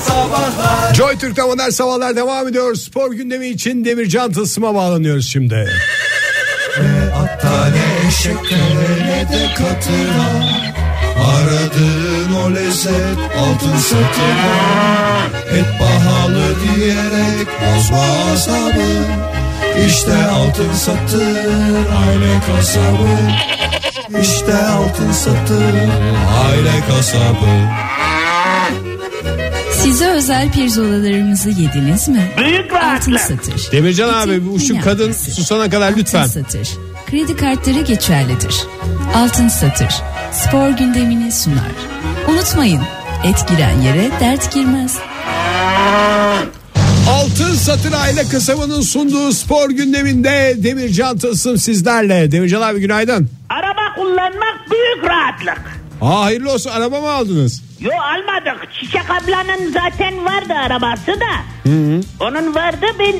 Sabahlar Joy Türk'te modern sabahlar devam ediyor. Spor gündemi için Demircan Tılsım'a bağlanıyoruz şimdi. Hatta ne şekere ne de katına Aradığın o lezzet altın satına Et pahalı diyerek bozma asabı İşte altın satır aile kasabı İşte altın satır aile kasabı Size özel pirzolalarımızı yediniz mi? Büyük Altın rahatlık. satır. Demircan Altın abi bu şu dünya kadın parası. susana kadar lütfen. Altın satır. Kredi kartları geçerlidir. Altın satır. Spor gündemini sunar. Unutmayın et giren yere dert girmez. Altın Satır Aile Kasabı'nın sunduğu spor gündeminde Demircan Tılsım sizlerle. Demircan abi günaydın. Araba kullanmak büyük rahatlık. Aa, hayırlı olsun araba mı aldınız? Yo almadık. Çiçek ablanın zaten vardı arabası da. Onun vardı ben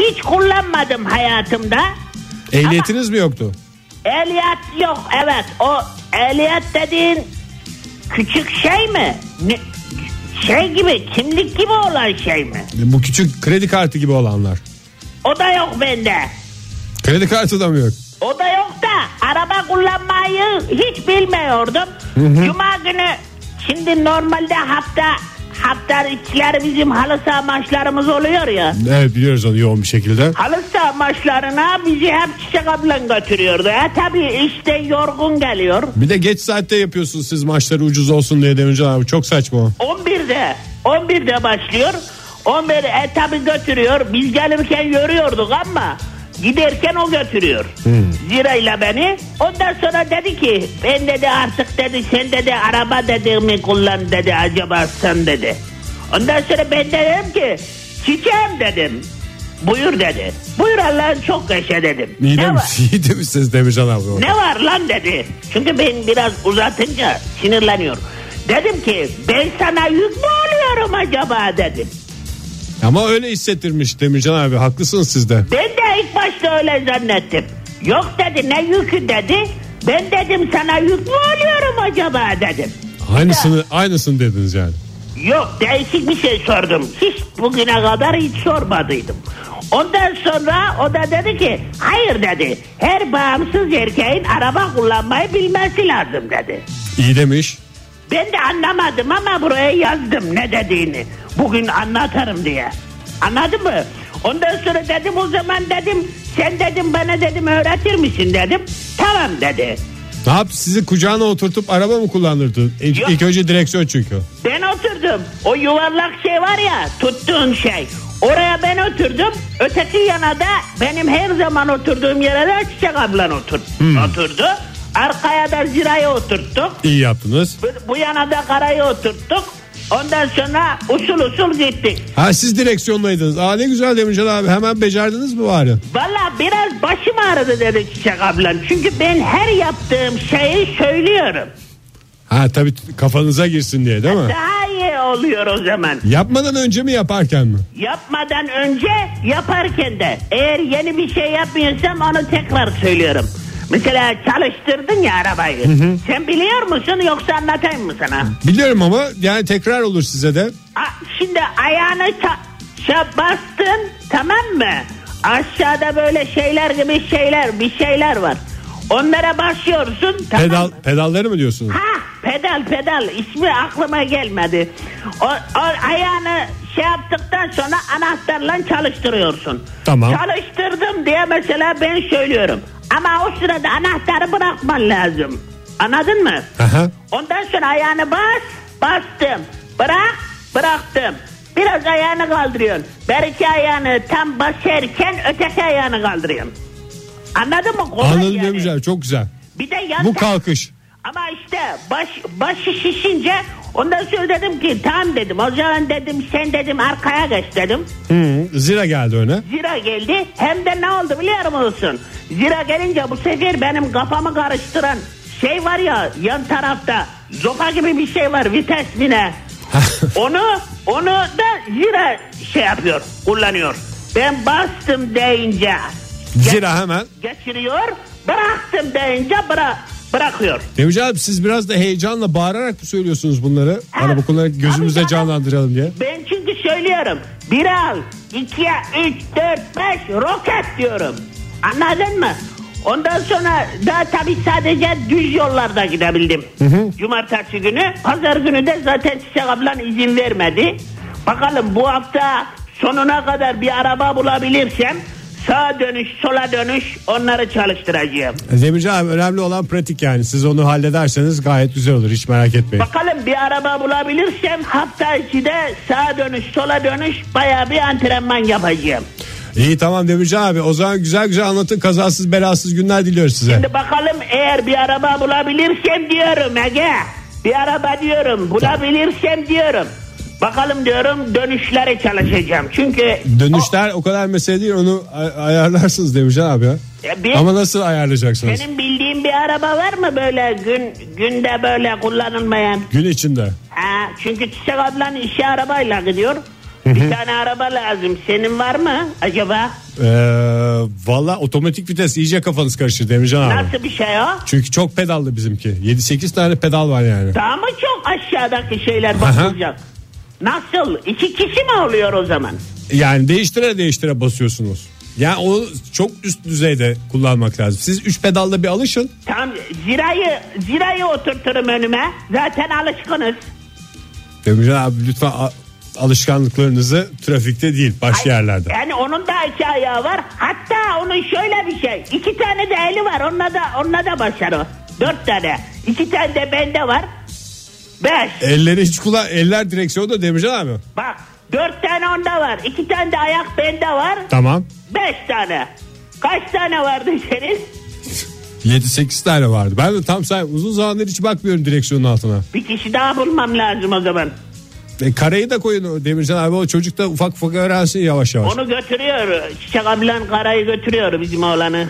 hiç kullanmadım hayatımda. Ehliyetiniz mi yoktu? Ehliyet yok evet. O ehliyet dediğin küçük şey mi? Ne- şey gibi kimlik gibi olan şey mi? Bu küçük kredi kartı gibi olanlar. O da yok bende. Kredi kartı da mı yok? O da yok da araba kullanmayı hiç bilmiyordum. Cuma günü şimdi normalde hafta hafta içleri bizim halı saha maçlarımız oluyor ya. Evet biliyoruz onu yoğun bir şekilde. Halı saha maçlarına bizi hep Çiçek ablan götürüyordu. E tabi işte yorgun geliyor. Bir de geç saatte yapıyorsunuz siz maçları ucuz olsun diye Demircan abi. Çok saçma o. 11'de 11'de başlıyor. 11 e tabi götürüyor. Biz gelirken yürüyorduk ama giderken o götürüyor. Hmm. Zirayla beni. Ondan sonra dedi ki ben dedi artık dedi sen dedi araba dedi mi kullan dedi acaba sen dedi. Ondan sonra ben dedim ki çiçeğim dedim. Buyur dedi. Buyur Allah'ın çok yaşa dedim. İyi, Ne demiş, var? iyi demişsiniz Demircan abi. orada. Ne var lan dedi. Çünkü ben biraz uzatınca sinirleniyor. Dedim ki ben sana yük mü oluyorum acaba dedim. Ama öyle hissettirmiş Demircan abi. Haklısınız siz de. Ben de ilk başta öyle zannettim. Yok dedi ne yükü dedi. Ben dedim sana yük mü oluyorum acaba dedim. Aynısını, aynısını dediniz yani. Yok değişik bir şey sordum. Hiç bugüne kadar hiç sormadıydım. Ondan sonra o da dedi ki hayır dedi. Her bağımsız erkeğin araba kullanmayı bilmesi lazım dedi. İyi demiş. Ben de anlamadım ama buraya yazdım ne dediğini. Bugün anlatarım diye. Anladın mı? Ondan sonra dedim o zaman dedim sen dedim bana dedim öğretir misin dedim. Tamam dedi. Ne yap sizi kucağına oturtup araba mı kullandırdı? İlk, Yok. ilk önce direksiyon çünkü. Ben oturdum. O yuvarlak şey var ya tuttuğun şey. Oraya ben oturdum. Öteki yana da benim her zaman oturduğum yere de Çiçek ablan otur, oturdu. Arkaya da Zira'yı oturttuk. İyi yaptınız. Bu, bu yana da Kara'yı oturttuk. Ondan sonra usul usul gittik. Ha siz direksiyondaydınız. Aa ne güzel Demircan abi. Hemen becerdiniz mi bari? Valla biraz başım ağrıdı dedi Çiçek ablam. Çünkü ben her yaptığım şeyi söylüyorum. Ha tabii kafanıza girsin diye değil mi? Daha iyi oluyor o zaman. Yapmadan önce mi yaparken mi? Yapmadan önce yaparken de eğer yeni bir şey yapmıyorsam onu tekrar söylüyorum. Mesela çalıştırdın ya arabayı. Sen biliyor musun yoksa anlatayım mı sana? Biliyorum ama yani tekrar olur size de. A- şimdi ayağını ça- ça- bastın tamam mı? Aşağıda böyle şeyler gibi şeyler bir şeyler var. Onlara basıyorsun tamam Pedal, mı? pedalları mı diyorsunuz? Ha pedal pedal ismi aklıma gelmedi. O, o ayağını şey yaptıktan sonra anahtarla çalıştırıyorsun. Tamam. Çalıştırdım diye mesela ben söylüyorum. Ama o sırada anahtarı bırakman lazım. Anladın mı? Aha. Ondan sonra ayağını bas, bastım. Bırak, bıraktım. Biraz ayağını kaldırıyorsun. Bir iki ayağını tam basarken öteki ayağını kaldırıyorsun. Anladın mı? Kolay Anladım yani. Demircan abi, çok güzel. Bir de yan Bu ta- kalkış. ama işte baş, başı şişince ondan sonra dedim ki tamam dedim. O zaman dedim sen dedim arkaya geç dedim. Hı, Hmm, zira geldi öne. Zira geldi hem de ne oldu biliyor musun? Zira gelince bu sefer benim kafamı karıştıran şey var ya yan tarafta zopa gibi bir şey var vites mi ne? onu onu da zira şey yapıyor kullanıyor. Ben bastım deyince Zira hemen. geçiriyor bıraktım deyince bıra bırakıyor. Demircan abi siz biraz da heyecanla bağırarak mı söylüyorsunuz bunları? Araba kullanarak Tabii gözümüzde canım. canlandıralım diye. Ben söylüyorum. Bir al, iki, üç, dört, beş roket diyorum. Anladın mı? Ondan sonra daha tabii sadece düz yollarda gidebildim. Cumartesi günü, pazar günü de zaten Çiçek ablan izin vermedi. Bakalım bu hafta sonuna kadar bir araba bulabilirsem sağa dönüş, sola dönüş onları çalıştıracağım. E, Demirci abi önemli olan pratik yani. Siz onu hallederseniz gayet güzel olur. Hiç merak etmeyin. Bakalım bir araba bulabilirsem hafta içi de sağa dönüş sola dönüş bayağı bir antrenman yapacağım. İyi tamam Demirci abi. O zaman güzel güzel anlatın. Kazasız belasız günler diliyoruz size. Şimdi bakalım eğer bir araba bulabilirsem diyorum Ege. Bir araba diyorum bulabilirsem diyorum. Bakalım diyorum dönüşlere çalışacağım. Çünkü Dönüşler o kadar mesele değil. Onu ay- ayarlarsınız Demirci abi ya. Ya e, bir- Ama nasıl ayarlayacaksınız? benim bildiğim bir araba var mı böyle gün günde böyle kullanılmayan? Gün içinde. Ha, çünkü Çiçek ablan işe arabayla gidiyor. Bir tane araba lazım. Senin var mı acaba? Ee, Valla otomatik vites iyice kafanız karışır Demirci abi. Nasıl bir şey o? Çünkü çok pedallı bizimki. 7-8 tane pedal var yani. Daha mı çok aşağıdaki şeyler basılacak? Nasıl? İki kişi mi oluyor o zaman? Yani değiştire değiştire basıyorsunuz. Yani onu çok üst düzeyde kullanmak lazım. Siz 3 pedalla bir alışın. Tam zirayı zirayı oturturum önüme. Zaten alışkınız. Demircan abi lütfen a- alışkanlıklarınızı trafikte değil başka yerlerde. Yani onun da iki ayağı var. Hatta onun şöyle bir şey. iki tane de eli var. Onunla da onunla da başar o. Dört tane. İki tane de bende var. Beş. Elleri hiç kullan eller direksiyonda Demircan abi. Bak. Dört tane onda var. iki tane de ayak bende var. Tamam. Beş tane. Kaç tane vardı senin? 7-8 tane vardı. Ben de tam say uzun zamandır hiç bakmıyorum direksiyonun altına. Bir kişi daha bulmam lazım o zaman. E, kareyi de koyun o Demircan abi o çocuk da ufak ufak öğrensin yavaş yavaş. Onu götürüyor. Çiçek ablan karayı götürüyor bizim oğlanı.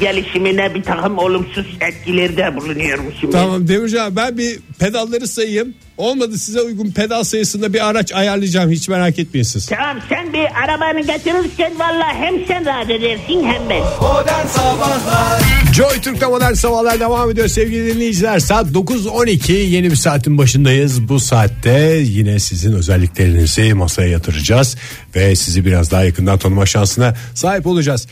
Gelişimine bir takım olumsuz etkilerde bulunuyorum şimdi. Tamam Demircan abi ben bir pedalları sayayım. Olmadı size uygun pedal sayısında bir araç ayarlayacağım hiç merak etmeyin siz. Tamam sen bir arabanı getirirsen valla hem sen rahat edersin hem ben. Modern Sabahlar Joy Türk'te modern sabahlar devam ediyor sevgili dinleyiciler. Saat 9.12 yeni bir saatin başındayız. Bu saatte yine sizin özelliklerinizi masaya yatıracağız. Ve sizi biraz daha yakından tanıma şansına sahip olacağız.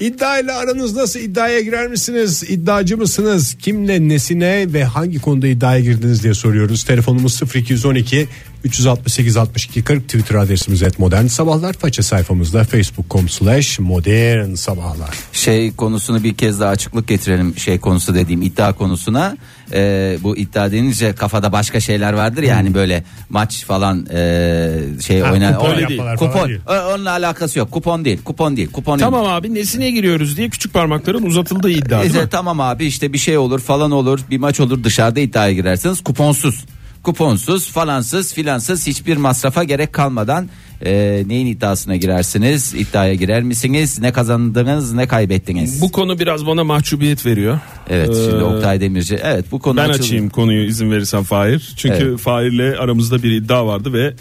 İddia ile aranız nasıl iddiaya girer misiniz? İddiacı mısınız? Kimle nesine ve hangi konuda iddiaya girdiniz diye soruyoruz. Telefonumuz 0212 368 62 40 Twitter adresimiz et modern sabahlar. Faça sayfamızda facebook.com slash modern sabahlar. şey konusunu bir kez daha açıklık getirelim şey konusu dediğim iddia konusuna Ee, bu iddia denince kafada başka şeyler vardır yani böyle maç falan e, şey Ha, oynar kupon Öyle yapmalar değil. falan kupon değil. Ö- onunla alakası yok kupon değil kupon değil kupon Tamam abi nesine giriyoruz diye küçük parmakların uzatıldığı iddia değil İşte mi? tamam abi işte bir şey olur falan olur bir maç olur dışarıda iddiaya girersiniz kuponsuz kuponsuz falansız filansız hiçbir masrafa gerek kalmadan e, neyin iddiasına girersiniz iddiaya girer misiniz ne kazandınız ne kaybettiniz Bu konu biraz bana mahcubiyet veriyor. Evet şimdi Ee, Oktay Demirci. Evet bu konu Ben açıldı. açayım konuyu izin verirsen Fahir. Çünkü Evet. Fahir'le aramızda bir iddia vardı ve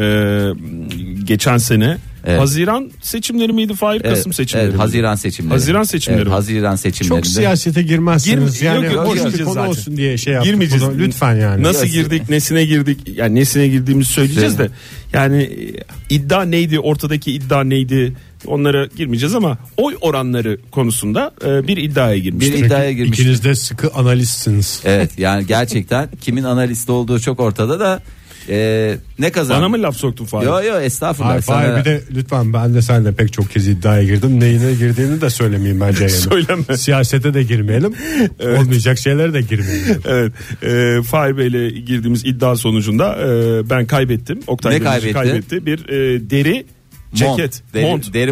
e, geçen sene Evet. Haziran seçimleri miydi Fahir? Evet, Kasım seçimleri evet, miydi? Haziran seçimleri. Haziran seçimleri Evet, mi? Haziran seçimlerinde. Çok siyasete girmezsiniz. Girme- yani Yok, yok, boş bir girmeyeceğiz konu zaten. olsun diye şey yaptık. Girmeyeceğiz. Bunu. Lütfen yani. Nasıl Biraz- Şey- girdik, nesine girdik? Yani nesine girdiğimizi söyleyeceğiz de. Söyle. Yani e, iddia neydi, ortadaki iddia neydi? Onlara girmeyeceğiz ama oy oranları konusunda e, bir iddiaya bir girmiştik. iddiaya girmiş. İkiniz de sıkı analistsiniz. Evet yani gerçekten kimin analisti olduğu çok ortada da e, ne kazandı? Bana mı laf soktun Fahir? Yo yo estağfurullah. Hayır, Sana- hayır, bir de lütfen ben de seninle pek çok kez iddiaya girdim. Neyine girdiğini de söylemeyeyim bence. yani. Söyleme. Siyasete de girmeyelim. Olmayacak şeylere de girmeyelim. Evet. E, Fahir Bey'le girdiğimiz iddia sonucunda e, ben kaybettim. Oktay Ne Demirci kaybetti? kaybetti. Bir e, deri Mont, ceket, mont, Deri deri, mont, mont. deri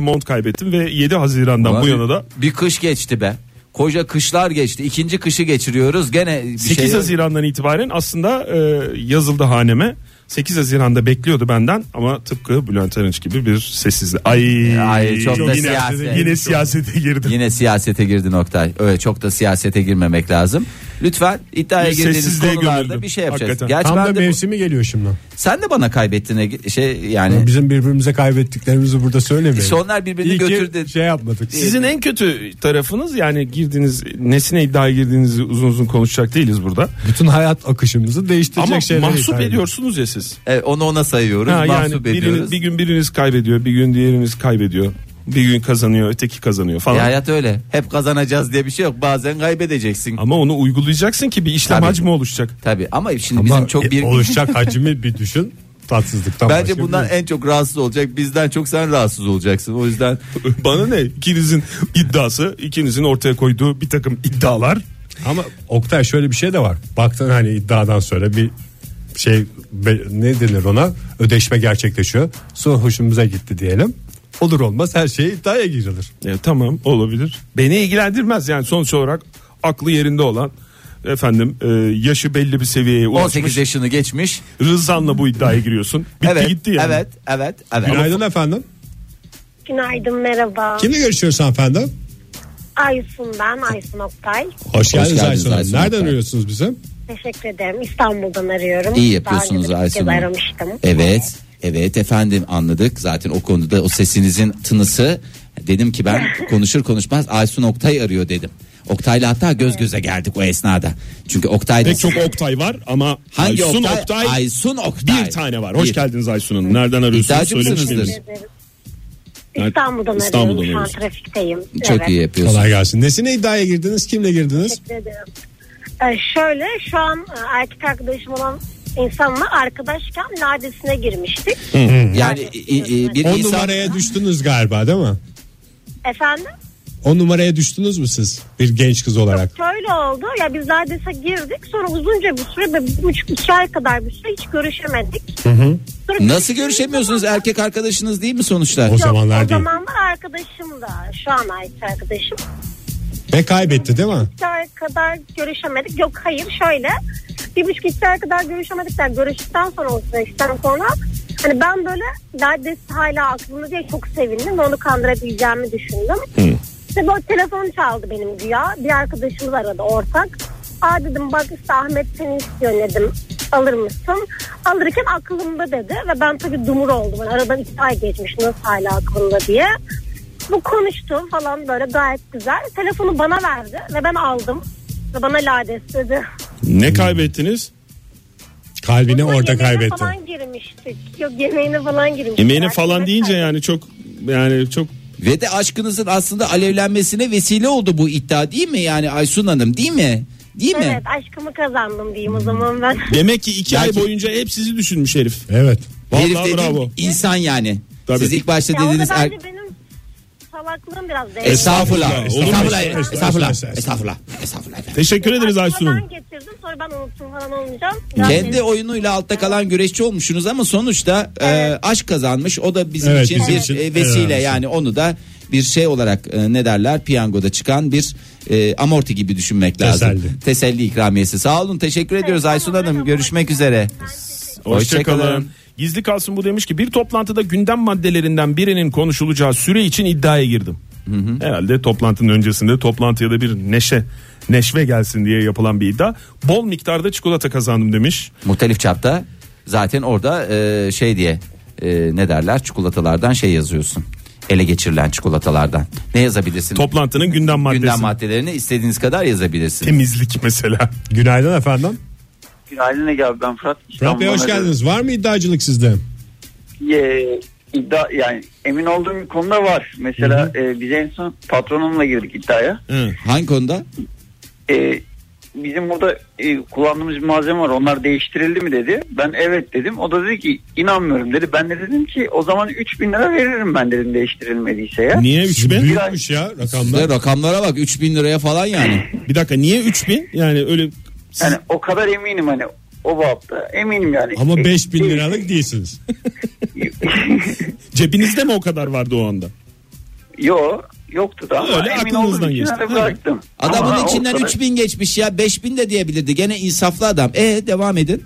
mont kaybetti. kaybettim ve 7 Haziran'dan Ulan bu bir- yana da Bir kış geçti be. Koca kışlar geçti. İkinci kışı geçiriyoruz. Gene bir 8 şey Haziran'dan itibaren aslında e, yazıldı haneme. 8 Haziran'da bekliyordu benden ama tıpkı Bülent Arınç gibi bir sessizlik. Ay, Ay, çok da Ee, yine, siyaset. yine siyasete girdim. Yine siyasete girdi Oktay. Öyle çok da siyasete girmemek lazım. Lütfen iddiaya Bir girdiğiniz sessizliğe konularda gömüldüm. bir şey yapacağız. Hakikaten. Gerçi Tam da ben de bu- mevsimi geliyor şimdi. sen de bana kaybettiğine şey yani Bizim birbirimize kaybettiklerimizi burada söylemeyelim. İşte onlar birbirini İyi ki götürdü. şey yapmadık. Sizin en kötü tarafınız yani girdiğiniz nesine iddia girdiğinizi uzun uzun konuşacak değiliz burada. bütün hayat akışımızı değiştirecek Ama şeyler. mahsup ediyorsunuz ya siz. e, onu ona sayıyoruz, Ha, yani mahsup ediyoruz. biriniz, bir gün biriniz kaybediyor, bir gün diğeriniz kaybediyor. Bir gün kazanıyor, öteki kazanıyor falan. E, hayat öyle. Hep kazanacağız diye bir şey yok. Bazen kaybedeceksin. Ama onu uygulayacaksın ki bir işlem Tabii. hacmi oluşacak. e, Tabii ama şimdi Ama bizim çok bir oluşacak hacmi bir düşün. Tatsızlıktan Bence başka bundan bir- en çok rahatsız olacak. Bizden çok sen rahatsız olacaksın. O yüzden Bana ne? İkinizin iddiası, ikinizin ortaya koyduğu bir takım iddialar. Ama Oktay şöyle bir şey de var. Baktın hani iddiadan sonra bir şey be- ne denir ona ödeşme gerçekleşiyor. Sonra hoşumuza gitti diyelim. Olur olmaz her şey şeye iddiaya girilir. E, tamam olabilir. Beni ilgilendirmez yani sonuç olarak aklı yerinde olan efendim e, yaşı belli bir seviyeye ulaşmış. 18 yaşını geçmiş. Rızanla bu iddiaya giriyorsun. Bitti evet. gitti yani. Evet, evet, evet. Günaydın efendim. Günaydın merhaba. Kimle görüşüyoruz hanımefendi? Aysun ben Aysun Oktay. Hoş geldiniz, geldiniz Aysun Hanım. Aysun Nereden Hanım. arıyorsunuz bizi? Teşekkür ederim. İstanbul'dan arıyorum. İyi yapıyorsunuz Daha önce de bir kez Aysun Hanım. aramıştım. Evet. Evet efendim anladık. Zaten o konuda o sesinizin tınısı dedim ki ben konuşur konuşmaz Aysun Oktay arıyor dedim. Oktay'la hatta göz göze geldik o esnada. Çünkü Oktay'da Pek çok Oktay var ama hangi Aysun Oktay? Oktay, Aysun Oktay. bir tane var. Hoş Bir. geldiniz Aysun Hanım. Nereden şey arıyorsunuz? İddiacı Söylemiş mısınızdır? miydiniz? Teşekkür ederim. İstanbul'dan, İstanbul'dan arıyorum. arıyorsunuz. Şu an trafikteyim. Çok Evet, iyi yapıyorsun. Kolay gelsin. Nesine iddiaya girdiniz? Kimle girdiniz? Teşekkür ederim. Ee, şöyle şu an e, erkek arkadaşım olan insanla arkadaşken ladesine girmiştik. Yani i- i- bir 10 insan numaraya düştünüz galiba değil mi? Efendim? 10 numaraya düştünüz mü siz bir genç kız olarak? Şöyle oldu ya biz Lades'e girdik sonra uzunca bir süre bir, bir buçuk iki ay kadar bir süre hiç görüşemedik. Sonra nasıl görüştüğümüz görüşemiyorsunuz? zaman- Erkek arkadaşınız değil mi sonuçta? O zamanlar o değil. zamanlar arkadaşım da şu an erkek arkadaşım. Ve kaybetti değil mi? İki ay kadar görüşemedik. Yok hayır şöyle bir buçuk iki ay kadar görüşemedik. Yani görüştükten sonra o süreçten sonra hani ben böyle neredeyse hala aklımda diye çok sevindim. ve Onu kandırabileceğimi düşündüm. İşte böyle telefon çaldı benim güya. Bir arkadaşımız aradı ortak. Aa dedim bak işte Ahmet seni istiyor dedim. Alır mısın? Alırken aklımda dedi ve ben tabii dumur oldum. Yani aradan iki ay geçmiş nasıl hala aklımda diye. Bu konuştu falan böyle gayet güzel. Telefonu bana verdi ve ben aldım. Ve bana lades dedi. Ne kaybettiniz? Kalbini Bunun orada yemeğine kaybetti. falan girmiştik. Yok yemeğine falan girmiştik. Yemeğine Yani falan yemek deyince yani çok yani çok Ve de aşkınızın aslında alevlenmesine vesile oldu bu iddia değil mi? Yani Aysun Hanım değil mi? Değil mi? Evet aşkımı kazandım diyeyim o zaman ben. demek ki iki Belki- ay boyunca hep sizi düşünmüş herif. Evet. Vallahi Herif dediğim bravo. insan yani. Tabii. Siz ilk başta ya o da dediniz bence er- benim salaklığım biraz değil. Estağfurullah. Estağfurullah. Olur mu? Estağfurullah. Estağfurullah. Estağfurullah. Estağfurullah. Estağfurullah. Estağfurullah efendim. Teşekkür ederiz Aysun Hanım. Ben getirdim sonra ben unuttum falan olmayacağım. Kendi oyunuyla altta kalan güreşçi olmuşsunuz ama sonuçta e, aşk kazanmış. O da bizim Evet, için bizim bir için e, en vesile önemlisi. yani onu da bir şey olarak e, ne derler piyangoda çıkan bir e, amorti gibi düşünmek lazım. Teselli. Teselli ikramiyesi. Sağ olun teşekkür ediyoruz Aysun Hanım. Görüşmek üzere. Hoşçakalın. Gizli kalsın bu demiş ki bir toplantıda gündem maddelerinden birinin konuşulacağı süre için iddiaya girdim. Herhalde toplantının öncesinde toplantıya da bir neşe neşve gelsin diye yapılan bir iddia. Bol miktarda çikolata kazandım demiş. Muhtelif çapta zaten orada e, şey diye e, ne derler çikolatalardan şey yazıyorsun. Ele geçirilen çikolatalardan. Ne yazabilirsin? Toplantının gündem maddesi. Gündem maddelerini istediğiniz kadar yazabilirsiniz. Temizlik mesela. Günaydın efendim. Günaydın Ege abi ben Fırat. Fırat Bey hoş İstanbul'dan geldiniz. Var mı iddiacılık sizde? arıyorum. Ee, iddia yani emin olduğum bir konuda var. Mesela e, biz en son patronumla girdik iddiaya. Hangi konuda? E, bizim burada e, kullandığımız bir malzeme var. Onlar değiştirildi mi dedi. Ben evet dedim. O da dedi ki inanmıyorum dedi. Ben de dedim ki o zaman 3000 lira veririm ben dedim değiştirilmediyse ya. Niye 3000? Büyükmüş ya Ve rakamlar. rakamlara bak 3000 liraya falan yani. Bir dakika niye 3000? Yani öyle Yani o kadar eminim hani o bapta eminim yani. Ama E, 5000 liralık değilsiniz. cebinizde mi o kadar vardı o anda? Yo yoktu da ama Öyle emin aklınızdan olduğum için geçti. hani bıraktım. Adamın Ama o içinden kadar- 3000 geçmiş ya 5000 de diyebilirdi. Gene insaflı adam. E devam edin.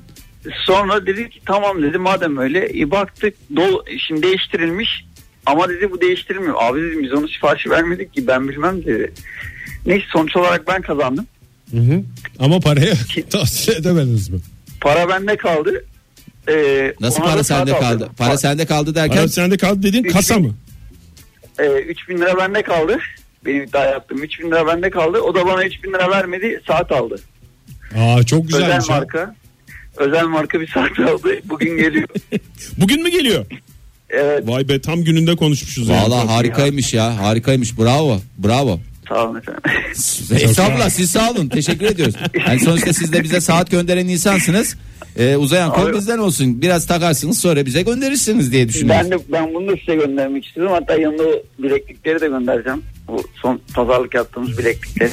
Sonra dedi ki tamam dedi madem öyle e, baktık dol şimdi değiştirilmiş ama dedi bu değiştirilmiyor. Abi dedim biz onu siparişi vermedik ki ben bilmem dedi. Neyse sonuç olarak ben kazandım. Ama parayı tahsil edemediniz mi? Para bende kaldı. Ee, Nasıl ona da para sende kağıt kaldı? aldım. Para sende kaldı derken Para sende kaldı dediğin kasa mı? Ee, 3000 lira bende kaldı. Benim iddia yaptığım 3000 lira bende kaldı. O da bana 3000 lira vermedi. Saat aldı. Aa çok özel güzelmiş. şey. ya. marka. Özel marka bir saat aldı. Bugün geliyor. Bugün mü geliyor? evet Vay be tam gününde konuşmuşuz. yani. Valla harikaymış ya. Harikaymış. Bravo. Bravo. sağ olun efendim. Estağfurullah siz sağ olun. Teşekkür ediyoruz. Yani sonuçta siz de bize saat gönderen insansınız. Ee, uzayan kol Abi- bizden olsun. Biraz takarsınız sonra bize gönderirsiniz diye düşünüyoruz. ben de ben bunu da size göndermek istedim. Hatta yanında o bileklikleri de göndereceğim. Bu son pazarlık yaptığımız bileklikleri.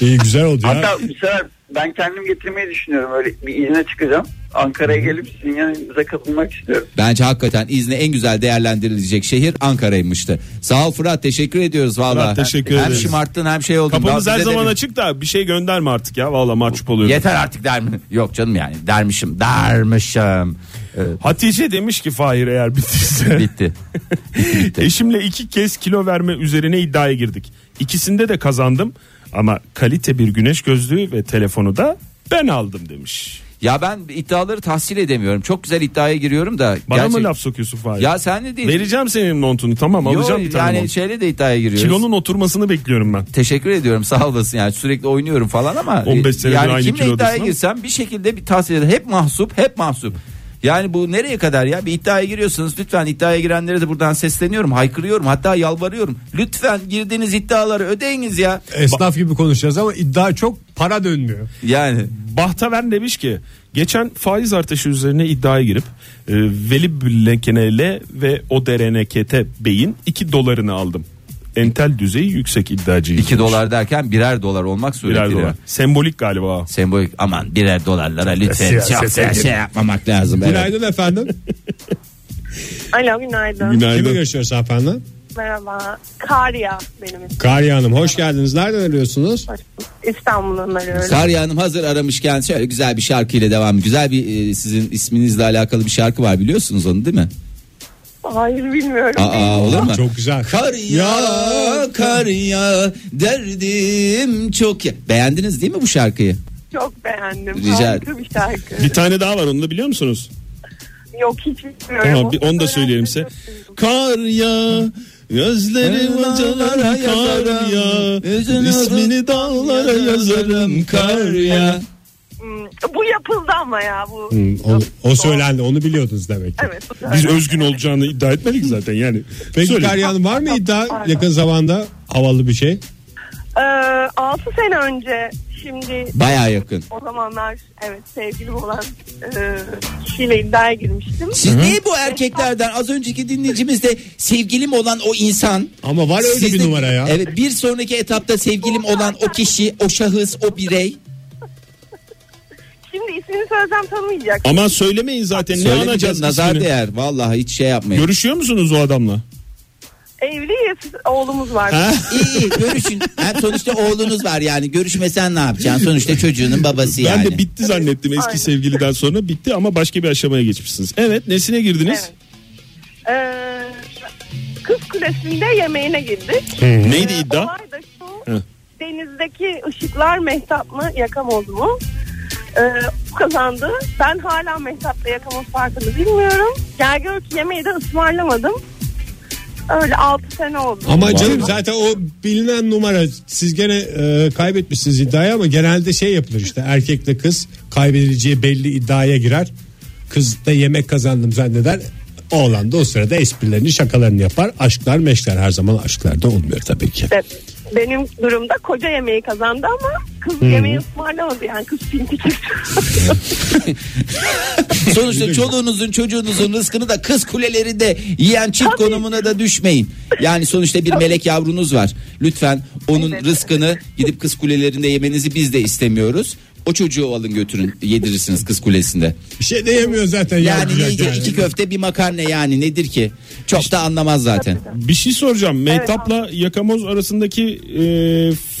İyi güzel oldu ya. Hatta bu sefer ben kendim getirmeyi düşünüyorum. Öyle bir izne çıkacağım. Ankara'ya gelip sizin yanınıza katılmak istiyorum. Bence hakikaten İzne en güzel değerlendirilecek şehir Ankara'ymıştı. Sağ ol Fırat teşekkür ediyoruz valla. Fırat, teşekkür hem ederiz. şımarttın hem şey oldun. Kapımız Daha her bize de zaman bir- açık da bir şey gönderme artık ya. Valla mahcup oluyorum. Yeter artık der mi? Yok canım yani dermişim dermişim. Ee, Hatice demiş ki Fahir eğer bitirse. bitti. bitti, bitti. Eşimle iki kez kilo verme üzerine iddiaya girdik. İkisinde de kazandım ama kalite bir güneş gözlüğü ve telefonu da ben aldım demiş. Ya ben iddiaları tahsil edemiyorum. Çok güzel iddiaya giriyorum da. Bana gerçek- mı laf sokuyorsun Fahir? Ya sen de değil. Vereceğim senin montunu tamam Yo, alacağım bir tane yani mont. şeyle de iddiaya giriyoruz. Kilonun oturmasını bekliyorum ben. Teşekkür ediyorum sağ olasın yani sürekli oynuyorum falan ama e, 15 senedir yani aynı kimle kilodasın iddiaya ama. girsem bir şekilde bir tahsil eder. Hep mahsup hep mahsup. Yani bu nereye kadar ya bir iddiaya giriyorsunuz lütfen iddiaya girenlere de buradan sesleniyorum haykırıyorum hatta yalvarıyorum. Lütfen girdiğiniz iddiaları ödeyiniz ya. Esnaf gibi konuşacağız ama iddia çok para dönmüyor. Yani Bahtaven demiş ki geçen faiz artışı üzerine iddiaya girip e, Veli Büllekenele ve Oderenekete Bey'in 2 dolarını aldım. Entel düzeyi yüksek iddiacıyım. 2 dolar derken birer dolar olmak suretiyle. Birer dolar. Sembolik galiba. o. Sembolik aman birer dolarlara lütfen siyasete çok da şey yapmamak lazım. Evet. Günaydın efendim. Alo günaydın. Kimle Günaydın. görüşüyoruz efendim? Merhaba. Karya benim ismim. Kariye Hanım hoş geldiniz. Nereden arıyorsunuz? İstanbul'dan arıyorum. Sarıya Hanım hazır aramışken şöyle güzel bir şarkıyla devam. Güzel bir e, sizin isminizle alakalı bir şarkı var biliyorsunuz onu değil mi? Hayır bilmiyorum. Aa olur mu? Çok güzel. Kar ya kar ya derdim çok ya. Beğendiniz değil mi bu şarkıyı? Çok beğendim. Rica- Harika bir şarkı. Bir tane daha var onu da biliyor musunuz? Yok hiç bilmiyorum. Tamam, bir onu da söyleyelim size. Kar ya gözlerim acılara kar ya ismini dağlara yazarım kar ya. Hmm, Bu yapıldı ama ya bu. Hmm, O, o söylendi onu biliyordunuz demek ki. Evet. bu- Biz özgün olacağını iddia etmedik zaten yani. Peki Söyle. Kariye Hanım var mı iddia Pardon. yakın zamanda havalı bir şey? Ee, 6 sene önce şimdi Baya yakın. o zamanlar evet sevgilim olan e, kişiyle iddiaya girmiştim. Siz niye bu erkeklerden az önceki dinleyicimiz de sevgilim olan o insan Ama var öyle Siz bir de- numara ya. Evet bir sonraki etapta sevgilim olan o kişi, o şahıs, o birey. Şimdi ismini söylesem tanımayacak. Ama söylemeyin zaten ne Söylemeyeceğim, anacağız nazar ismini? değer. Vallahi hiç şey yapmayın. Görüşüyor musunuz o adamla? Evliyiz oğlumuz var. iyi iyi görüşün. Hem sonuçta oğlunuz var yani. Görüşmesen ne yapacaksın? Sonuçta çocuğunun babası Ben yani. de bitti zannettim eski Aynen. sevgiliden sonra bitti ama başka bir aşamaya geçmişsiniz. Evet nesine girdiniz? Evet. Ee, kız kulesinde yemeğine girdik. Neydi Ee, iddia? olay da şu, Hı. denizdeki ışıklar mehtap mı yakamoz mu? Ee, o kazandı. Ben hala mehtapla yakamoz farkını bilmiyorum. Gel gör ki yemeği de ısmarlamadım. Öyle 6 sene oldu. Ama canım zaten o bilinen numara siz gene e, kaybetmişsiniz iddiayı ama genelde şey yapılır işte erkekle kız kaybedileceği belli iddiaya girer. Kız da yemek kazandım zanneder. Oğlan da o sırada esprilerini şakalarını yapar. Aşklar meşler her zaman aşklarda olmuyor tabii ki. İşte benim durumda koca yemeği kazandı ama kız yemeği ısmarlamadı yani kız pinti çıktı. Sonuçta çoluğunuzun çocuğunuzun rızkını da kız kulelerinde yiyen çift konumuna da düşmeyin. Yani sonuçta bir melek yavrunuz var. Lütfen onun rızkını gidip kız kulelerinde yemenizi biz de istemiyoruz. O çocuğu alın götürün yedirirsiniz kız kulesinde. Bir şey de yemiyor zaten. Yani yavrucak ne yiyecek? yani. iki köfte bir makarna yani nedir ki? Çok da anlamaz zaten. Bir şey soracağım. Mehtap'la Yakamoz arasındaki e,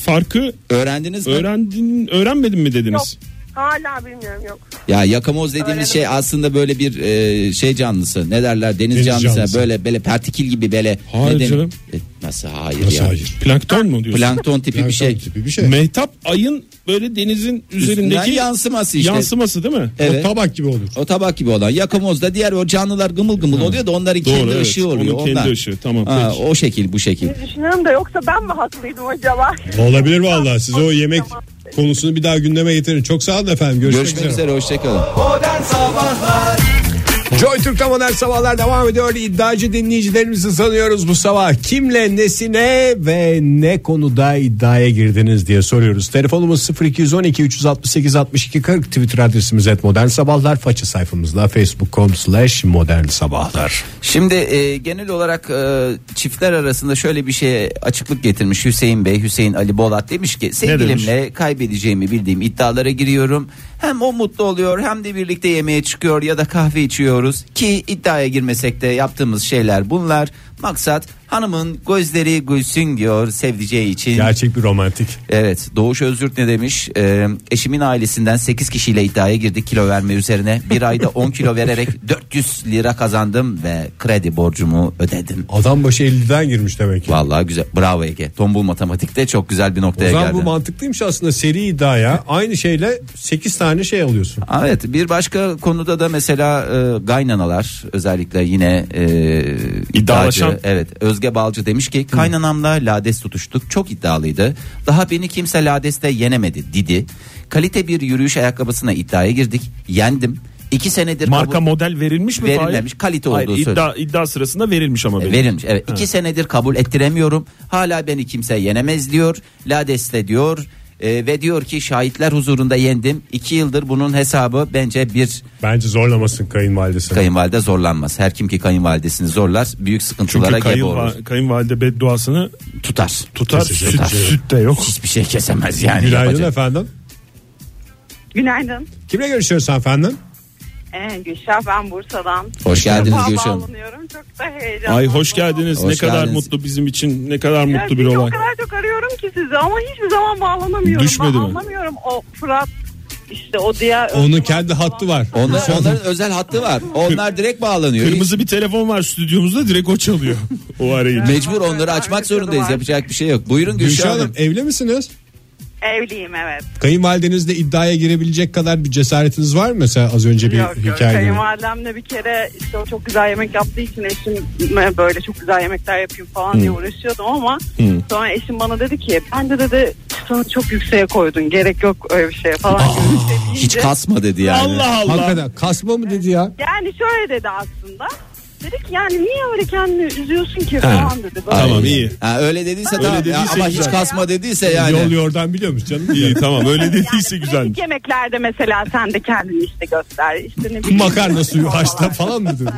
farkı Öğrendiniz mi? öğrendin öğrenmedin mi yok. dediniz? Hala bilmiyorum yok. Ya yakamoz dediğimiz Öğrendim. şey aslında böyle bir e, şey canlısı. Ne derler deniz, Deniz canlısı. canlısı. Böyle böyle pertikil gibi böyle. Hayır ne denir? canım. E, Nasıl hayır Nasıl ya? hayır? Plankton mu diyorsun? Plankton tipi bir şey. Plankton tipi bir şey. Mehtap ayın böyle denizin üzerindeki yansıması işte. yansıması değil mi? Evet. O tabak gibi olur. O tabak gibi olan yakamozda diğer o canlılar gımıl gımıl oluyor da onların Doğru, kendi evet. ışığı oluyor. Onun kendi Onlar- ışığı, tamam, Ha, peki. o şekil bu şekil. Düşünüyorum da yoksa ben mi haklıydım acaba? Olabilir vallahi. Siz o yemek konusunu bir daha gündeme getirin. Çok sağ olun efendim. Görüşmek, Görüşmek üzere. üzere hoşçakalın. Modern Sabahlar Joy Türk'te modern sabahlar devam ediyor. İddiacı dinleyicilerimizi sanıyoruz bu sabah. Kimle, nesine ve ne konuda iddiaya girdiniz diye soruyoruz. Telefonumuz 0212 368 62 40. Twitter adresimiz et modern sabahlar. Faça sayfamızda facebook.com slash modern sabahlar. Şimdi e, genel olarak e, çiftler arasında şöyle bir şeye açıklık getirmiş Hüseyin Bey, Hüseyin Ali Bolat demiş ki sevgilimle kaybedeceğimi bildiğim iddialara giriyorum. Hem o mutlu oluyor hem de birlikte yemeğe çıkıyor ya da kahve içiyoruz ki iddiaya girmesek de yaptığımız şeyler bunlar. Maksat hanımın gözleri gülsün diyor sevdiceği için. Gerçek bir romantik. Evet Doğuş Özgürt ne demiş Ee, eşimin ailesinden 8 kişiyle iddiaya girdik kilo verme üzerine bir ayda 10 kilo vererek 400 lira kazandım ve kredi borcumu ödedim. Adam başı 50'den girmiş demek ki. Vallahi güzel bravo Ege tombul matematikte çok güzel bir O noktaya zaman bu geldi. mantıklıymış aslında seri iddiaya. Aynı şeyle 8 tane şey alıyorsun. Evet bir başka konuda da mesela e, kaynanalar özellikle yine e, İddialaşan. iddiacı, Evet Özge Balcı demiş ki kaynanamla lades tutuştuk çok iddialıydı. Daha beni kimse ladeste yenemedi Didi. Kalite bir yürüyüş ayakkabısına iddiaya girdik yendim. İki senedir Marka kabul- model verilmiş mi? Verilmemiş, Fahir? kalite Hayır, olduğu iddia, iddia sırasında verilmiş ama. E, benim. Verilmiş evet. İki senedir kabul ettiremiyorum. Hala beni kimse yenemez diyor. Lades'te diyor. E, ve diyor ki şahitler huzurunda yendim. İki yıldır bunun hesabı bence bir Bence zorlamasın kayınvalidesini. kayınvalide zorlanmaz. Her kim ki kayınvalidesini zorlar büyük sıkıntılara Çünkü gebe kayın, olur. kayınvalide bedduasını Tutar. tutar. Süt, Kesecek. süt de yok. Hiçbir şey kesemez yani. Günaydın yapacak. efendim. Günaydın. Kimle görüşüyoruz efendim? Ee, Gülşah ben Bursa'dan. Hoş geldiniz Sabah Gülşen. bağlanıyorum. Çok da heyecanlı. Ay hoş geldiniz. Hoş ne kadar geldiniz. mutlu bizim için. Ne kadar Ya mutlu bir sizi O olay. kadar çok arıyorum ki sizi ama hiçbir zaman bağlanamıyorum. Düşmedi ben mi? anlamıyorum o Fırat işte o diğer. Onun kendi hattı var. Onlar, onların özel hattı var. Onlar direkt bağlanıyor. Kırmızı bir telefon var stüdyomuzda direkt o çalıyor. o arayı. Mecbur onları açmak zorundayız. Yapacak bir şey yok. Buyurun Gülşah Gülşah Hanım Hanım. evli misiniz? Evliyim evet. Kayınvalidenizle iddiaya girebilecek kadar bir cesaretiniz var mı? Mesela az önce bir Yok yok. hikaye. gibi. Kayınvalidemle bir kere işte o çok güzel yemek yaptığı için eşim e, böyle çok güzel yemekler yapayım falan diye uğraşıyordum ama sonra eşim bana dedi ki ben de dedi çıtanı çok yükseğe koydun gerek yok öyle bir şeye falan. gibi bir şey Hiç deyince- kasma dedi yani. Allah Allah. Hakikaten kasma mı dedi ya? Yani şöyle dedi aslında. Dedi ki yani niye öyle kendini üzüyorsun ki falan dedi. Böyle. Tamam, iyi. Ha, öyle dediyse Öyle tamam. Ya, dediyse ama güzel. hiç kasma dediyse yani. Yol yordan biliyormuş canım. İyi tamam öyle Yani dediyse güzel. pratik yemeklerde mesela sen de kendini işte göster. İşte ne bileyim. Makarna suyu haşla falan mı dedi?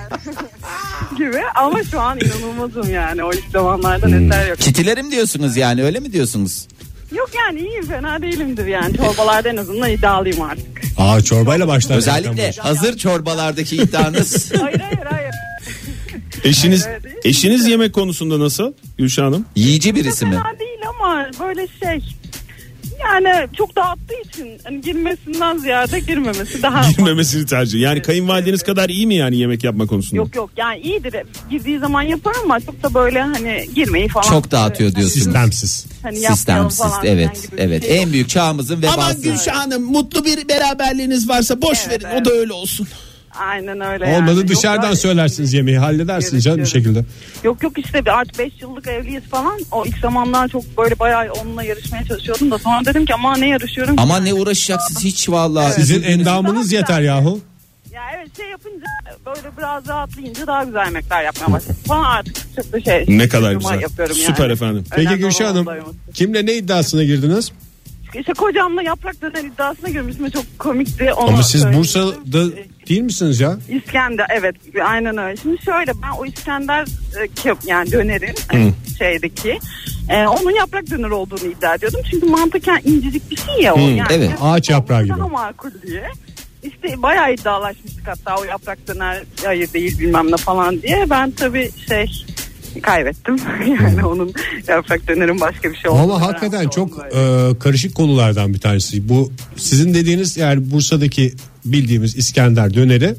Gibi ama şu an inanılmazım yani. O ilk zamanlardan eser yok. Çitilerim diyorsunuz yani öyle mi diyorsunuz? Yok yani iyiyim fena değilimdir yani. Çorbalarda en azından iddialıyım artık. Aa çorbayla başlar. Özellikle hazır çorbalardaki iddianız. Hayır hayır hayır. Eşiniz Öyle değil. eşiniz yemek konusunda nasıl Gülşah Hanım? Yiyici birisi mi? Fena değil ama böyle şey yani çok dağıttığı için hani girmesinden ziyade girmemesi daha Girmemesini tercih. Yani kayınvalideniz kadar iyi mi yani yemek yapma konusunda? Yok yok yani iyidir. Girdiği zaman yapar ama çok da böyle hani girmeyi falan. Çok dağıtıyor diyorsunuz. Sistemsiz. Hani yapmayalım Sistemsiz falan filan evet gibi bir evet şey yok. en büyük çağımızın vebası. Hanım mutlu bir beraberliğiniz varsa boş Evet, verin, o da öyle olsun. Aynen öyle Olmadı yani. dışarıdan yok, söylersiniz yemeği halledersiniz canım bir şekilde. Yok yok işte bir artık 5 yıllık evliyiz falan. O ilk zamanlar çok böyle bayağı onunla yarışmaya çalışıyordum da sonra dedim ki ama ne yarışıyorum ki?" Ama ne uğraşacaksınız hiç vallahi. Sizin endamınız yeter yahu. Ya evet şey yapınca böyle biraz rahatlayınca daha güzel yemekler yapmaya başladım. Falan artık çok da şey. Ne kadar yuma güzel. Yapıyorum yani. Süper efendim. Peki Önemli Gülşah olan Hanım olayımız. kimle ne iddiasına girdiniz? İşte kocamla yaprak döner iddiasına girmiştim. Çok komikti. Onu Ama siz söylemiştim. Bursa'da değil misiniz ya? İskender evet aynen öyle. Şimdi şöyle ben o İskender e, kep- yani dönerin hani şeydeki e, onun yaprak döner olduğunu iddia ediyordum. Çünkü mantıken incecik bir şey ya o. yani evet, ağaç yaprağı Daha gibi. makul diye. İşte bayağı iddialaşmıştık hatta o yaprak döner hayır değil bilmem ne falan diye. Ben tabii şey kaybettim. yani onun yaprak dönerin başka bir şey olduğunu. Ama hakikaten öğrenmiş çok oldum böyle. e, karışık konulardan bir tanesi. Bu sizin dediğiniz yani Bursa'daki bildiğimiz İskender döneri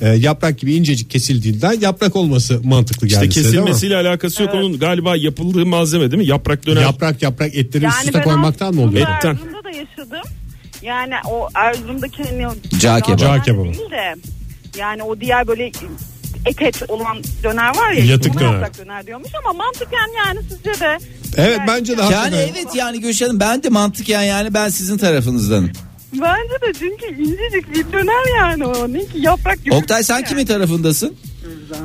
e, yaprak gibi incecik kesildiğinden yaprak olması mantıklı geldi İşte size değil mi? kesilmesiyle alakası yok onun galiba yapıldığı malzeme değil mi? Yaprak döner. Yaprak yaprak etleri üst üste ben koymaktan mı oluyor? Erzurum'da, Etten. Erzurum'da da yaşadım. Yani o Erzurum'daki hani o Cağ kebabı. Cağ kebabı. değil de yani o diğer böyle et et olan döner var ya. Yatık ona döner. yaprak döner diyormuş ama mantıken yani sizce de. Evet bence de Yani hakikaten. evet yani Gülşen'im ben de mantıken yani ben sizin tarafınızdanım. Bence de çünkü incecik bir döner yani o. Ne ki yaprak gibi. Oktay sen Yani. kimin tarafındasın?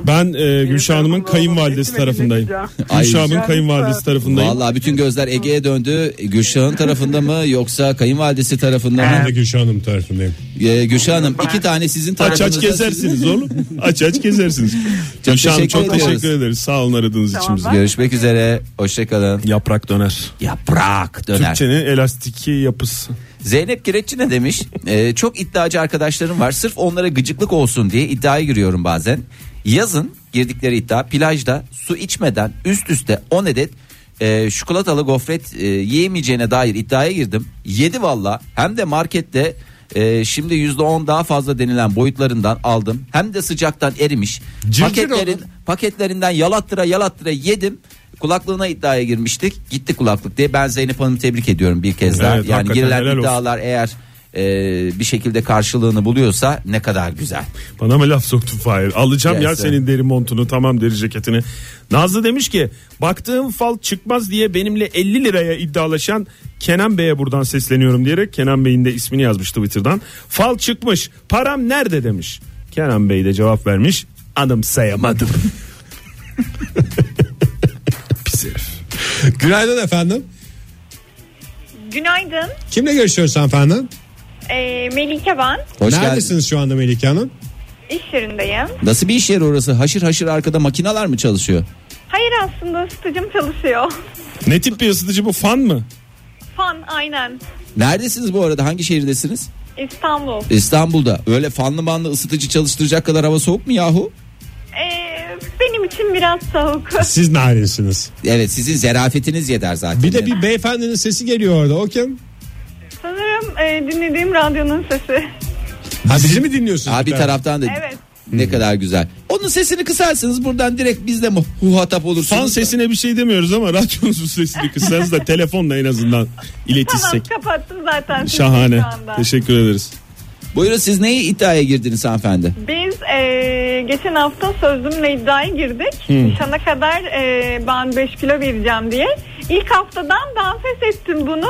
Ben e, Gülşah Hanım'ın kayınvalidesi tarafındayım. Ay. Gülşah Hanım'ın kayınvalidesi tarafındayım. Vallahi bütün gözler Ege'ye döndü. Gülşah'ın tarafında mı yoksa kayınvalidesi tarafında Ben mı? de Gülşah Hanım tarafındayım. Ee, Gülşah Hanım iki tane sizin Aç tarafınızda. aç gezersiniz oğlum. Aç aç gezersiniz. Gülşah Hanım teşekkür çok ediyoruz. teşekkür ederiz. Sağ olun aradığınız için bizi. Görüşmek üzere. Hoşçakalın. Yaprak döner. Yaprak döner. Türkçenin elastiki yapısı. Zeynep Kireççi ne demiş? Ee, çok iddiacı arkadaşlarım var. Sırf onlara gıcıklık olsun diye iddiaya giriyorum bazen. Yazın girdikleri iddia plajda su içmeden üst üste 10 adet e, çikolatalı gofret e, yiyemeyeceğine dair iddiaya girdim. Yedi valla hem de markette e, şimdi %10 daha fazla denilen boyutlarından aldım. Hem de sıcaktan erimiş. Cırcır Paketlerin, oldu. paketlerinden yalattıra yalattıra yedim. Kulaklığına iddiaya girmiştik. Gitti kulaklık diye. Ben Zeynep Hanım'ı tebrik ediyorum bir kez daha. Evet, yani hakikaten helal girilen olsun. iddialar eğer e, bir şekilde karşılığını buluyorsa ne kadar güzel. Bana mı laf soktun Fahir? Alacağım ya Neyse. senin deri montunu tamam deri ceketini. Nazlı demiş ki baktığım fal çıkmaz diye benimle 50 liraya iddialaşan Kenan Bey'e buradan sesleniyorum diyerek Kenan Bey'in de ismini yazmış Twitter'dan. Fal çıkmış param nerede demiş. Kenan Bey de cevap vermiş anımsayamadım. Pis herif. Günaydın efendim. Günaydın. Kimle görüşüyoruz efendim? Ee, Melike ben. Hoş Neredesiniz geldin. şu anda Melike Hanım? İş yerindeyim. Nasıl bir iş yeri orası? Haşır haşır arkada makinalar mı çalışıyor? Hayır aslında ısıtıcım çalışıyor. Ne tip bir ısıtıcı bu fan mı? Fan aynen. Neredesiniz bu arada? Hangi şehirdesiniz? İstanbul. İstanbul'da. Öyle fanlı manlı ısıtıcı çalıştıracak kadar hava soğuk mu yahu? Ee, benim için biraz soğuk. Siz narinsiniz. Evet sizin zerafetiniz yeter zaten. Bir de Yani. bir beyefendinin sesi geliyor orada. O kim? Sanırım e, dinlediğim radyonun sesi. Ha, bizi mi dinliyorsunuz? Ha, bir efendim? taraftan da Evet. ne kadar güzel. Onun sesini kısarsınız buradan direkt biz de mu- muhatap olursunuz. Fan sesine bir şey demiyoruz ama radyonuzun sesini kıssanız da telefonla en azından Tamam iletilsek. kapattım zaten. sesi Şahane. şu anda. Teşekkür ederiz. Buyurun siz neyi iddiaya girdiniz hanımefendi? Biz e, geçen hafta sözlümle iddiaya girdik. Nişana kadar e, ben 5 kilo vereceğim diye. İlk haftadan ben fes ettim bunu.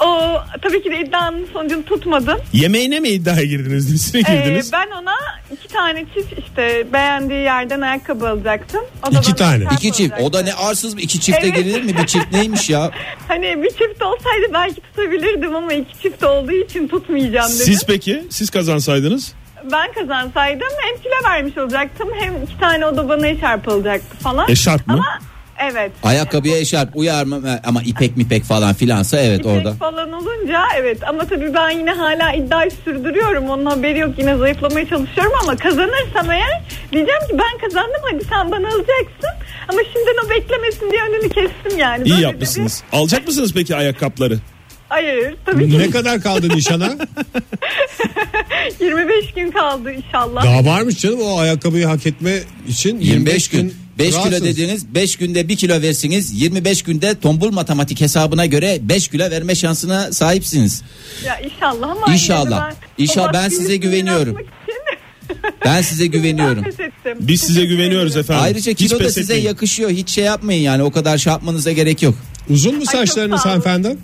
O tabii ki de iddianın sonucunu tutmadım. Yemeğine mi iddiaya girdiniz? Nesine E, girdiniz? ben ona iki tane çift işte beğendiği yerden ayakkabı alacaktım. O İki bana tane. İki çift. O da ne arsız mı? İki çifte Evet. girilir mi? Bir çift neymiş ya? Hani bir çift olsaydı belki tutabilirdim ama iki çift olduğu için tutmayacağım dedim. Siz peki? Siz kazansaydınız? Ben kazansaydım hem kilo vermiş olacaktım hem iki tane o da bana eşarpılacaktı falan. E şart mı? Ama evet. Ayakkabıya eşarp uyar mı? Ama ipek mipek falan filansa evet İpek orada. falan olunca evet ama tabii ben yine hala iddiayı sürdürüyorum. Onun haberi yok yine zayıflamaya çalışıyorum ama kazanırsam eğer diyeceğim ki ben kazandım hadi sen bana alacaksın. Ama şimdiden o beklemesin diye önünü kestim yani. Böyle İyi de yapmışsınız. Alacak mısınız peki ayakkabıları? bir- Hayır tabii ki Ne kadar kaldı nişana? 25 gün kaldı inşallah. Daha varmış canım o ayakkabıyı hak etme için 25 gün. 5 kilo rahatsınız. dediğiniz 5 günde 1 kilo versiniz. 25 günde tombul matematik hesabına göre 5 kilo verme şansına sahipsiniz. Ya inşallah ama yine de İnşallah. İnşallah, o ben size baskıyı güveniyorum. atmak için Ben size güveniyorum. pes ettim. Biz size Teşekkür güveniyoruz ederim. efendim. Ayrıca Hiç kilo da pes size etmeyin. yakışıyor. Hiç şey yapmayın yani o kadar şey yapmanıza gerek yok. Uzun mu çok saçlarınız sağ olun. hanımefendi?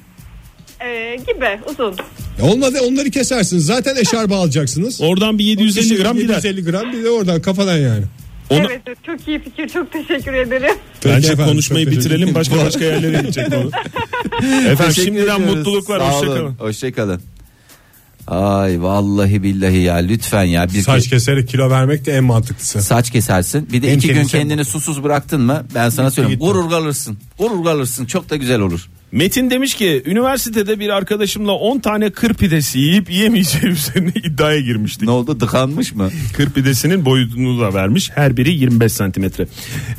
Ee, gibi uzun. Olmadı onları kesersiniz. Zaten eşarba alacaksınız. Oradan bir 750 gram gider. 750 gram bir de oradan kafadan yani. Ona- Evet evet, çok iyi fikir çok teşekkür ederim. Peki Bence efendim, konuşmayı çok teşekkür bitirelim. Başka başka yerlere gidecek konu. efendim şimdiden mutluluklar. Hoşçakalın. Hoşçakalın. Ay vallahi billahi ya lütfen ya. Bir Saç keserek kilo vermek de en mantıklısı. saç kesersin. Bir de En iki gün tehlikeli kendini susuz bıraktın mı ben sana söylüyorum. gitti. Gurur kalırsın. Gurur kalırsın. Çok da güzel olur. Metin demiş ki üniversitede bir arkadaşımla 10 tane kır pidesi yiyip yiyemeyeceği üzerine iddiaya girmiştik. Ne oldu? Dıkanmış mı? Kır pidesinin boyutunu da vermiş. Her biri 25 santimetre.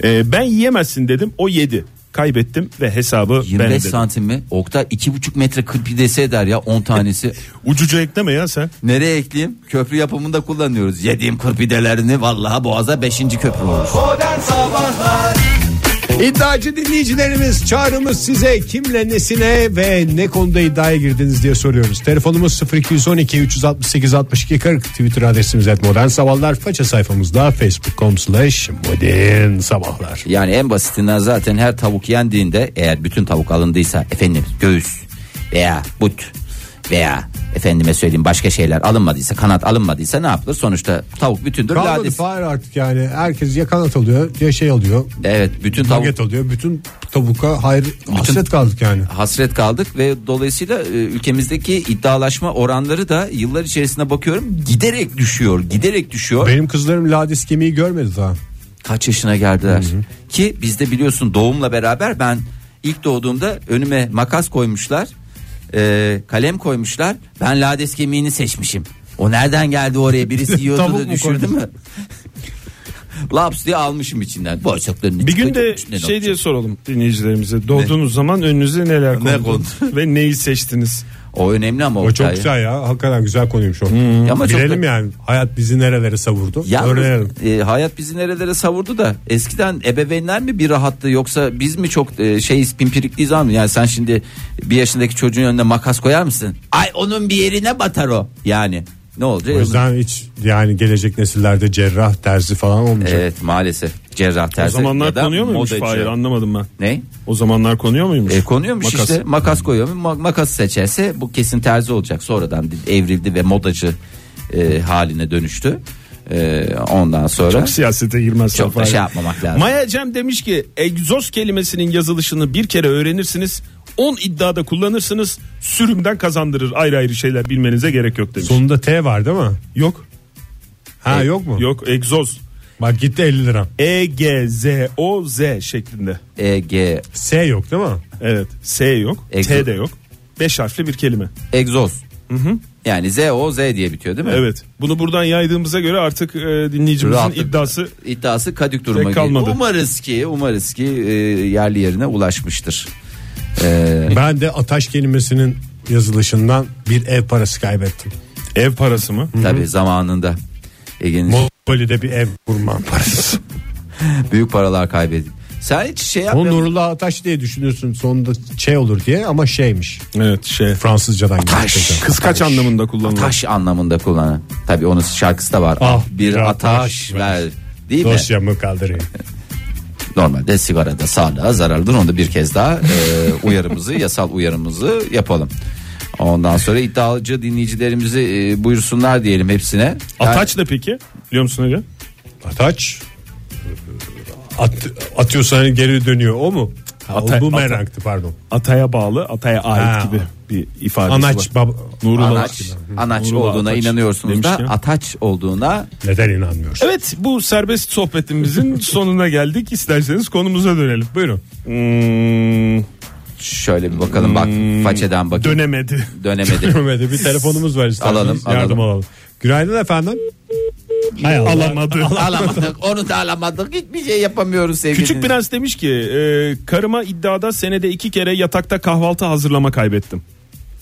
Ee, ben yiyemezsin dedim o yedi. kaybettim ve hesabı ben 25 ödedim. santim mi? Okta 2,5 metre kırpidesi eder ya 10 tanesi. Ucucu ekleme ya sen. Nereye ekleyeyim? Köprü yapımında kullanıyoruz. Yediğim kırpidelerini vallahi boğaza 5. köprü olur. Modern Sabahlar İddiacı dinleyicilerimiz çağrımız size kimle nesine ve ne konuda iddiaya girdiniz diye soruyoruz. Telefonumuz 0212 368 62 40 Twitter adresimiz et modern sabahlar. Faça sayfamızda facebook.com slash modern sabahlar. Yani en basitinden zaten her tavuk yendiğinde eğer bütün tavuk alındıysa efendim göğüs veya but veya efendime söyleyeyim başka şeyler alınmadıysa kanat alınmadıysa ne yapılır? Sonuçta tavuk bütündür. Kalmadı lades- Fahir artık yani herkes ya kanat alıyor ya şey alıyor. Evet bütün tavuk Nugget alıyor. Bütün tabuka hayır hasret kaldık yani. hasret kaldık ve dolayısıyla e, ülkemizdeki iddialaşma oranları da yıllar içerisinde bakıyorum giderek düşüyor giderek düşüyor. Benim kızlarım lades kemiği görmedi daha. Kaç yaşına geldiler ki bizde biliyorsun doğumla beraber ben ilk doğduğumda önüme makas koymuşlar e, kalem koymuşlar ben lades kemiğini seçmişim. O nereden geldi oraya birisi yiyordu Tavuk da mu düşürdü koymuş? mü? Laps diye almışım içinden. Bağırsaklarının Bir gün içinden de içinden şey diye soralım dinleyicilerimize. Doğduğunuz zaman önünüze neler kondu? kondu? ve neyi seçtiniz? O önemli ama O çok Oktay. güzel ya. Hakikaten güzel konuymuş o. Hmm. Ama çok Bilelim da- yani hayat bizi nerelere savurdu. Yalnız, Öğrenelim. e, hayat bizi nerelere savurdu da eskiden ebeveynler mi bir rahattı yoksa biz mi çok e, şey pimpirikliyiz ama yani sen şimdi bir yaşındaki çocuğun önüne makas koyar mısın? Ay onun bir yerine batar o yani ne olacak? O yüzden hiç yani gelecek nesillerde cerrah terzi falan olmayacak. Evet maalesef cerrah O terzi ya zamanlar da konuyor muymuş modacı. Fahir anlamadım ben. Ne? O zamanlar konuyor muymuş? E, konuyormuş Makas. işte makas koyuyor Ma- makası seçerse bu kesin terzi olacak sonradan evrildi ve modacı e, haline dönüştü. E, ondan sonra Çok siyasete girmez. Çok da Fahir. şey yapmamak lazım. Maya Cem demiş ki egzoz kelimesinin yazılışını bir kere öğrenirsiniz. 10 iddiada kullanırsınız. Sürümden kazandırır. Ayrı ayrı şeyler bilmenize gerek yok demiş. Sonunda T var değil mi? Yok. E, Ha yok mu? Yok egzoz. Bak gitti 50 lira. E G Z O Z şeklinde. E, EG S yok değil mi? Evet. S yok. Egzoz. T de yok. 5 harfli bir kelime. egzoz. Yani Z O Z diye bitiyor değil mi? Evet. Bunu buradan yaydığımıza göre artık e, dinleyicimizin Rahatlıkla. iddiası İddiası kadük duruma Pek girdi. kalmadı. Umarız ki umarız ki e, yerli yerine ulaşmıştır. E, Ben de ataş kelimesinin yazılışından bir ev parası kaybettim. ev parası mı? Tabii zamanında Ege'nin Monopoly'de bir ev kurma parası. büyük paralar kaybedildi. Sen hiç şey O yapmıyorsun. Nurullah Ataş diye düşünüyorsun sonunda şey olur diye ama şeymiş. Evet şey. Fransızcadan Ataş. gelmiş. Kıskaç anlamında kullanılıyor. Taş anlamında kullanan. Tabii onun şarkısı da var. Ah, bir ataş ver. Değil mi? Dosyamı kaldırayım. Normalde sigarada sağlığa zararlıdır. Onu da bir kez daha e, uyarımızı, yasal uyarımızı yapalım. Ondan sonra iddialıcı dinleyicilerimizi e, buyursunlar diyelim hepsine. Ataç da E peki? Biliyor musun Ege? Ataç. At, atıyorsan hani geri dönüyor o mu? Ha, Ata- o bumerangtı pardon. Ataya bağlı, ataya ait Ha. gibi bir ifadesi Anaç. var. Bab- Nurullah Anaç, anaç Nurullah olduğuna Ataç inanıyorsunuz da demişken. ataç olduğuna Neden inanmıyorsun? Evet bu serbest sohbetimizin sonuna geldik. İsterseniz konumuza dönelim. Buyurun. Hmm, şöyle bir bakalım bak façeden bakın dönemedi. dönemedi. Mehmet'e bir telefonumuz var isterseniz. Alalım, Yardım alalım. Günaydın efendim. Hay Allah. Alamadı. alamadık onu da alamadık hiçbir şey yapamıyoruz sevgili. Küçük Prens demiş ki e, karıma iddiada senede iki kere yatakta kahvaltı hazırlama kaybettim.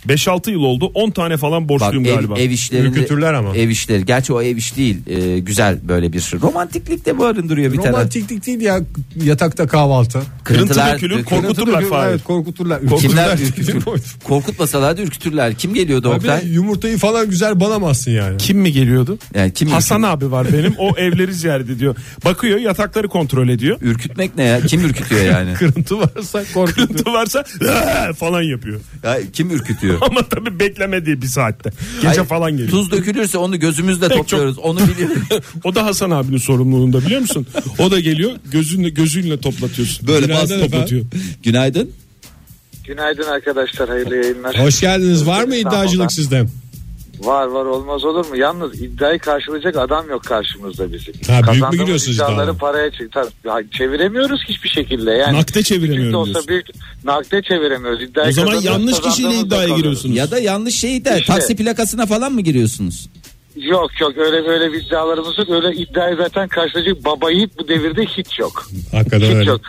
5-6 yıl oldu 10 tane falan Bak, borçluyum ev, galiba. ev işlerinde Ürkütürler ama. ev işleri gerçi o ev iş değil e, güzel böyle bir romantiklik de barındırıyor bir taraf Romantiklik değil ya yatakta kahvaltı. Kırıntı Kırıntılar- dökülür dökülür. korkuturlar Ürkütürler, Fahir. Evet korkuturlar. Kimler Ürkütürler. ürkütür? Korkutmasalar da ürkütürler. Kim geliyordu Abi, Oktay? yumurtayı falan güzel banamazsın yani. Kim mi geliyordu? Yani kim Hasan ürkütür? abi var benim o evleri ziyaret ediyor. Bakıyor yatakları kontrol ediyor. Ürkütmek ne ya? Kim ürkütüyor yani? Kırıntı varsa korkutur. Kırıntı varsa "Aa!" falan yapıyor. Ya kim ürkütüyor? Ama tabii beklemediği bir saatte. Gece Hayır, falan geliyor. Tuz dökülürse onu gözümüzle Pek topluyoruz. Onu biliyoruz. O da Hasan abinin sorumluluğunda biliyor musun? O da geliyor gözünle gözünle toplatıyorsun. Böyle Günaydın bas efendim. toplatıyor. Günaydın. Günaydın arkadaşlar hayırlı yayınlar. Hoş geldiniz. Var mı iddiacılık sizde? Var var olmaz olur mu? Yalnız iddiayı karşılayacak adam yok karşımızda bizim. Ha, büyük mü Kazandığımız giriyorsunuz iddiaları iddiaya? paraya çek- tabii, ha, çeviremiyoruz hiçbir şekilde. Yani Nakde çeviremiyorum Küçük de olsa diyorsun. büyük nakde çeviremiyoruz. İddiayı O zaman kazanıyoruz, yanlış kişiyle kazandığımızda iddiaya kalıyoruz. giriyorsunuz. Ya da yanlış şey de İşte. taksi plakasına falan mı giriyorsunuz? Yok yok öyle böyle bir iddialarımız yok. Öyle iddiayı zaten karşılayacak baba yiğit bu devirde hiç yok. Hakikaten hiç öyle. yok.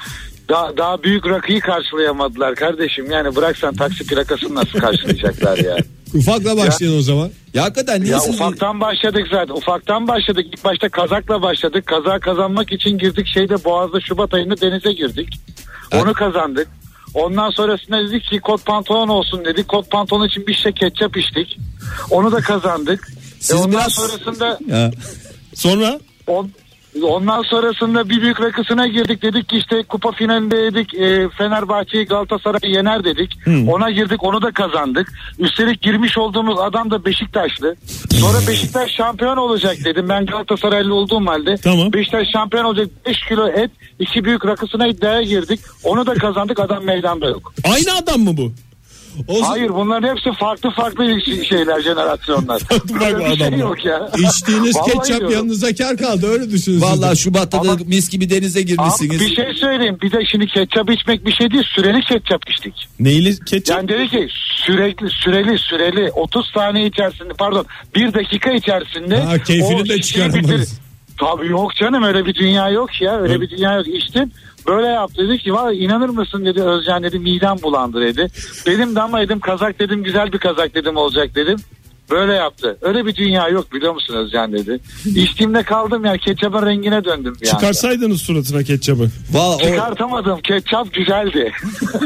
Daha, daha büyük rakıyı karşılayamadılar kardeşim. Yani bıraksan taksi plakasını nasıl karşılayacaklar yani. Ufakla başlayın o zaman. Ya hakikaten niye Ya siz... ufaktan başladık zaten. Ufaktan başladık. İlk başta kazakla başladık. Kaza kazanmak için girdik şeyde Boğaz'da Şubat ayında denize girdik. Onu kazandık. Ondan sonrasında dedik ki kot pantolon olsun dedik. Kot pantolon için bir şişe ketçap içtik. Onu da kazandık. Siz E ondan biraz- sonrasında Ya. Sonra on, ondan sonrasında bir büyük rakısına girdik. Dedik ki işte kupa finalinde dedik e, Fenerbahçe'yi Galatasaray'ı yener dedik. Ona girdik onu da kazandık. Üstelik girmiş olduğumuz adam da Beşiktaşlı. Sonra Beşiktaş şampiyon olacak dedim. Ben Galatasaraylı olduğum halde. Tamam. Beşiktaş şampiyon olacak 5 kilo et iki büyük rakısına iddiaya girdik. Onu da kazandık adam meydanda yok. aynı adam mı bu? O Hayır bunların hepsi farklı farklı şeyler jenerasyonlar. Farklı farklı Böyle bir şey adamlar. yok ya. içtiğiniz Vallahi ketçap diyorum. yanınıza kar kaldı öyle düşünün. Vallahi siz de. Şubat'ta da Ama- mis gibi denize Abi girmişsiniz. bir şey söyleyeyim. Bir de şimdi ketçap içmek bir şey değil. Süreli ketçap içtik. Neyli ketçap? Yani dedi ki sürekli süreli süreli 30 saniye içerisinde pardon 1 dakika içerisinde Ha, keyfini o şişeyi de çıkaramadınız. bitir- Tabii yok canım öyle bir dünya yok ya öyle bir dünya yok içtim böyle yaptı dedi ki valla inanır mısın dedi Özcan dedi midem bulandı dedi dedim de ama dedim kazak dedim güzel bir kazak dedim olacak dedim böyle yaptı öyle bir dünya yok biliyor musun Özcan dedi içtiğimde kaldım ya ketçapın rengine döndüm yani. Çıkarsaydınız suratına ketçapı. Vallahi o... Çıkartamadım ketçap güzeldi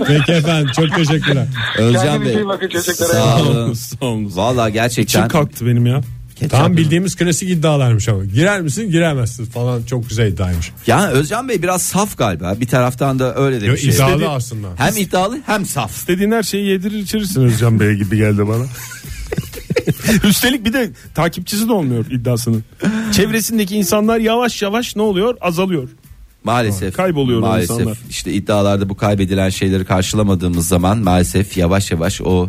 Peki efendim çok teşekkürler. Özcan Kendinize Bey. iyi bakın, teşekkürler. Sağ olun. Sağ olun. Valla Kim gerçekten. kalktı benim ya? Ketçap Tam mı? bildiğimiz klasik iddialarmış ama. Girer misin giremezsin falan çok güzel iddiaymış. Yani Özcan Bey biraz saf galiba. Bir taraftan da öyle de bir Yo, şey. iddialı aslında. Hem iddialı hem saf. İstediğin her şeyi yedirir içirirsin Özcan Bey gibi geldi bana. Üstelik bir de takipçisi de olmuyor iddiasının. Çevresindeki insanlar yavaş yavaş ne oluyor? Azalıyor. Maalesef. Kayboluyor o maalesef. insanlar. İşte iddialarda bu kaybedilen şeyleri karşılamadığımız zaman maalesef yavaş yavaş o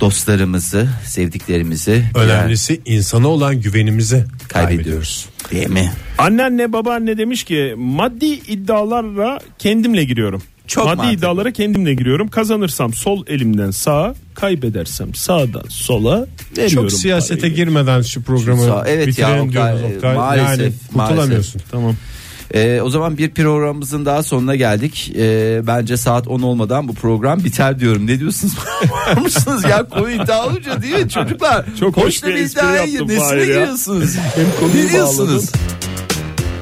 dostlarımızı, sevdiklerimizi Önemlisi insana olan güvenimizi kaybediyoruz. kaybediyoruz. Değil mi? Anneanne babaanne demiş ki maddi iddialarla kendimle giriyorum. Çok maddi mantıklı. iddialara kendimle giriyorum. Kazanırsam sol elimden sağa, kaybedersem sağdan sola veriyorum. Çok siyasete parayı. girmeden şu programı Sağ- evet ya, bitirelim Oktay, diyoruz Oktay. maalesef, yani kurtulamıyorsun. Tamam. Ee, o zaman bir programımızın daha sonuna geldik. Ee, bence saat 10 olmadan bu program biter diyorum. Ne diyorsunuz? Var mısınız ya konu iddia olunca değil mi çocuklar? Çok hoş bir espri iddiaya yaptın gir- Fahir Nesine ya. giriyorsunuz? Hem konuyu ne diyorsunuz?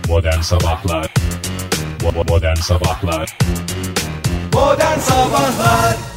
Modern Sabahlar Bo- Modern Sabahlar Modern Sabahlar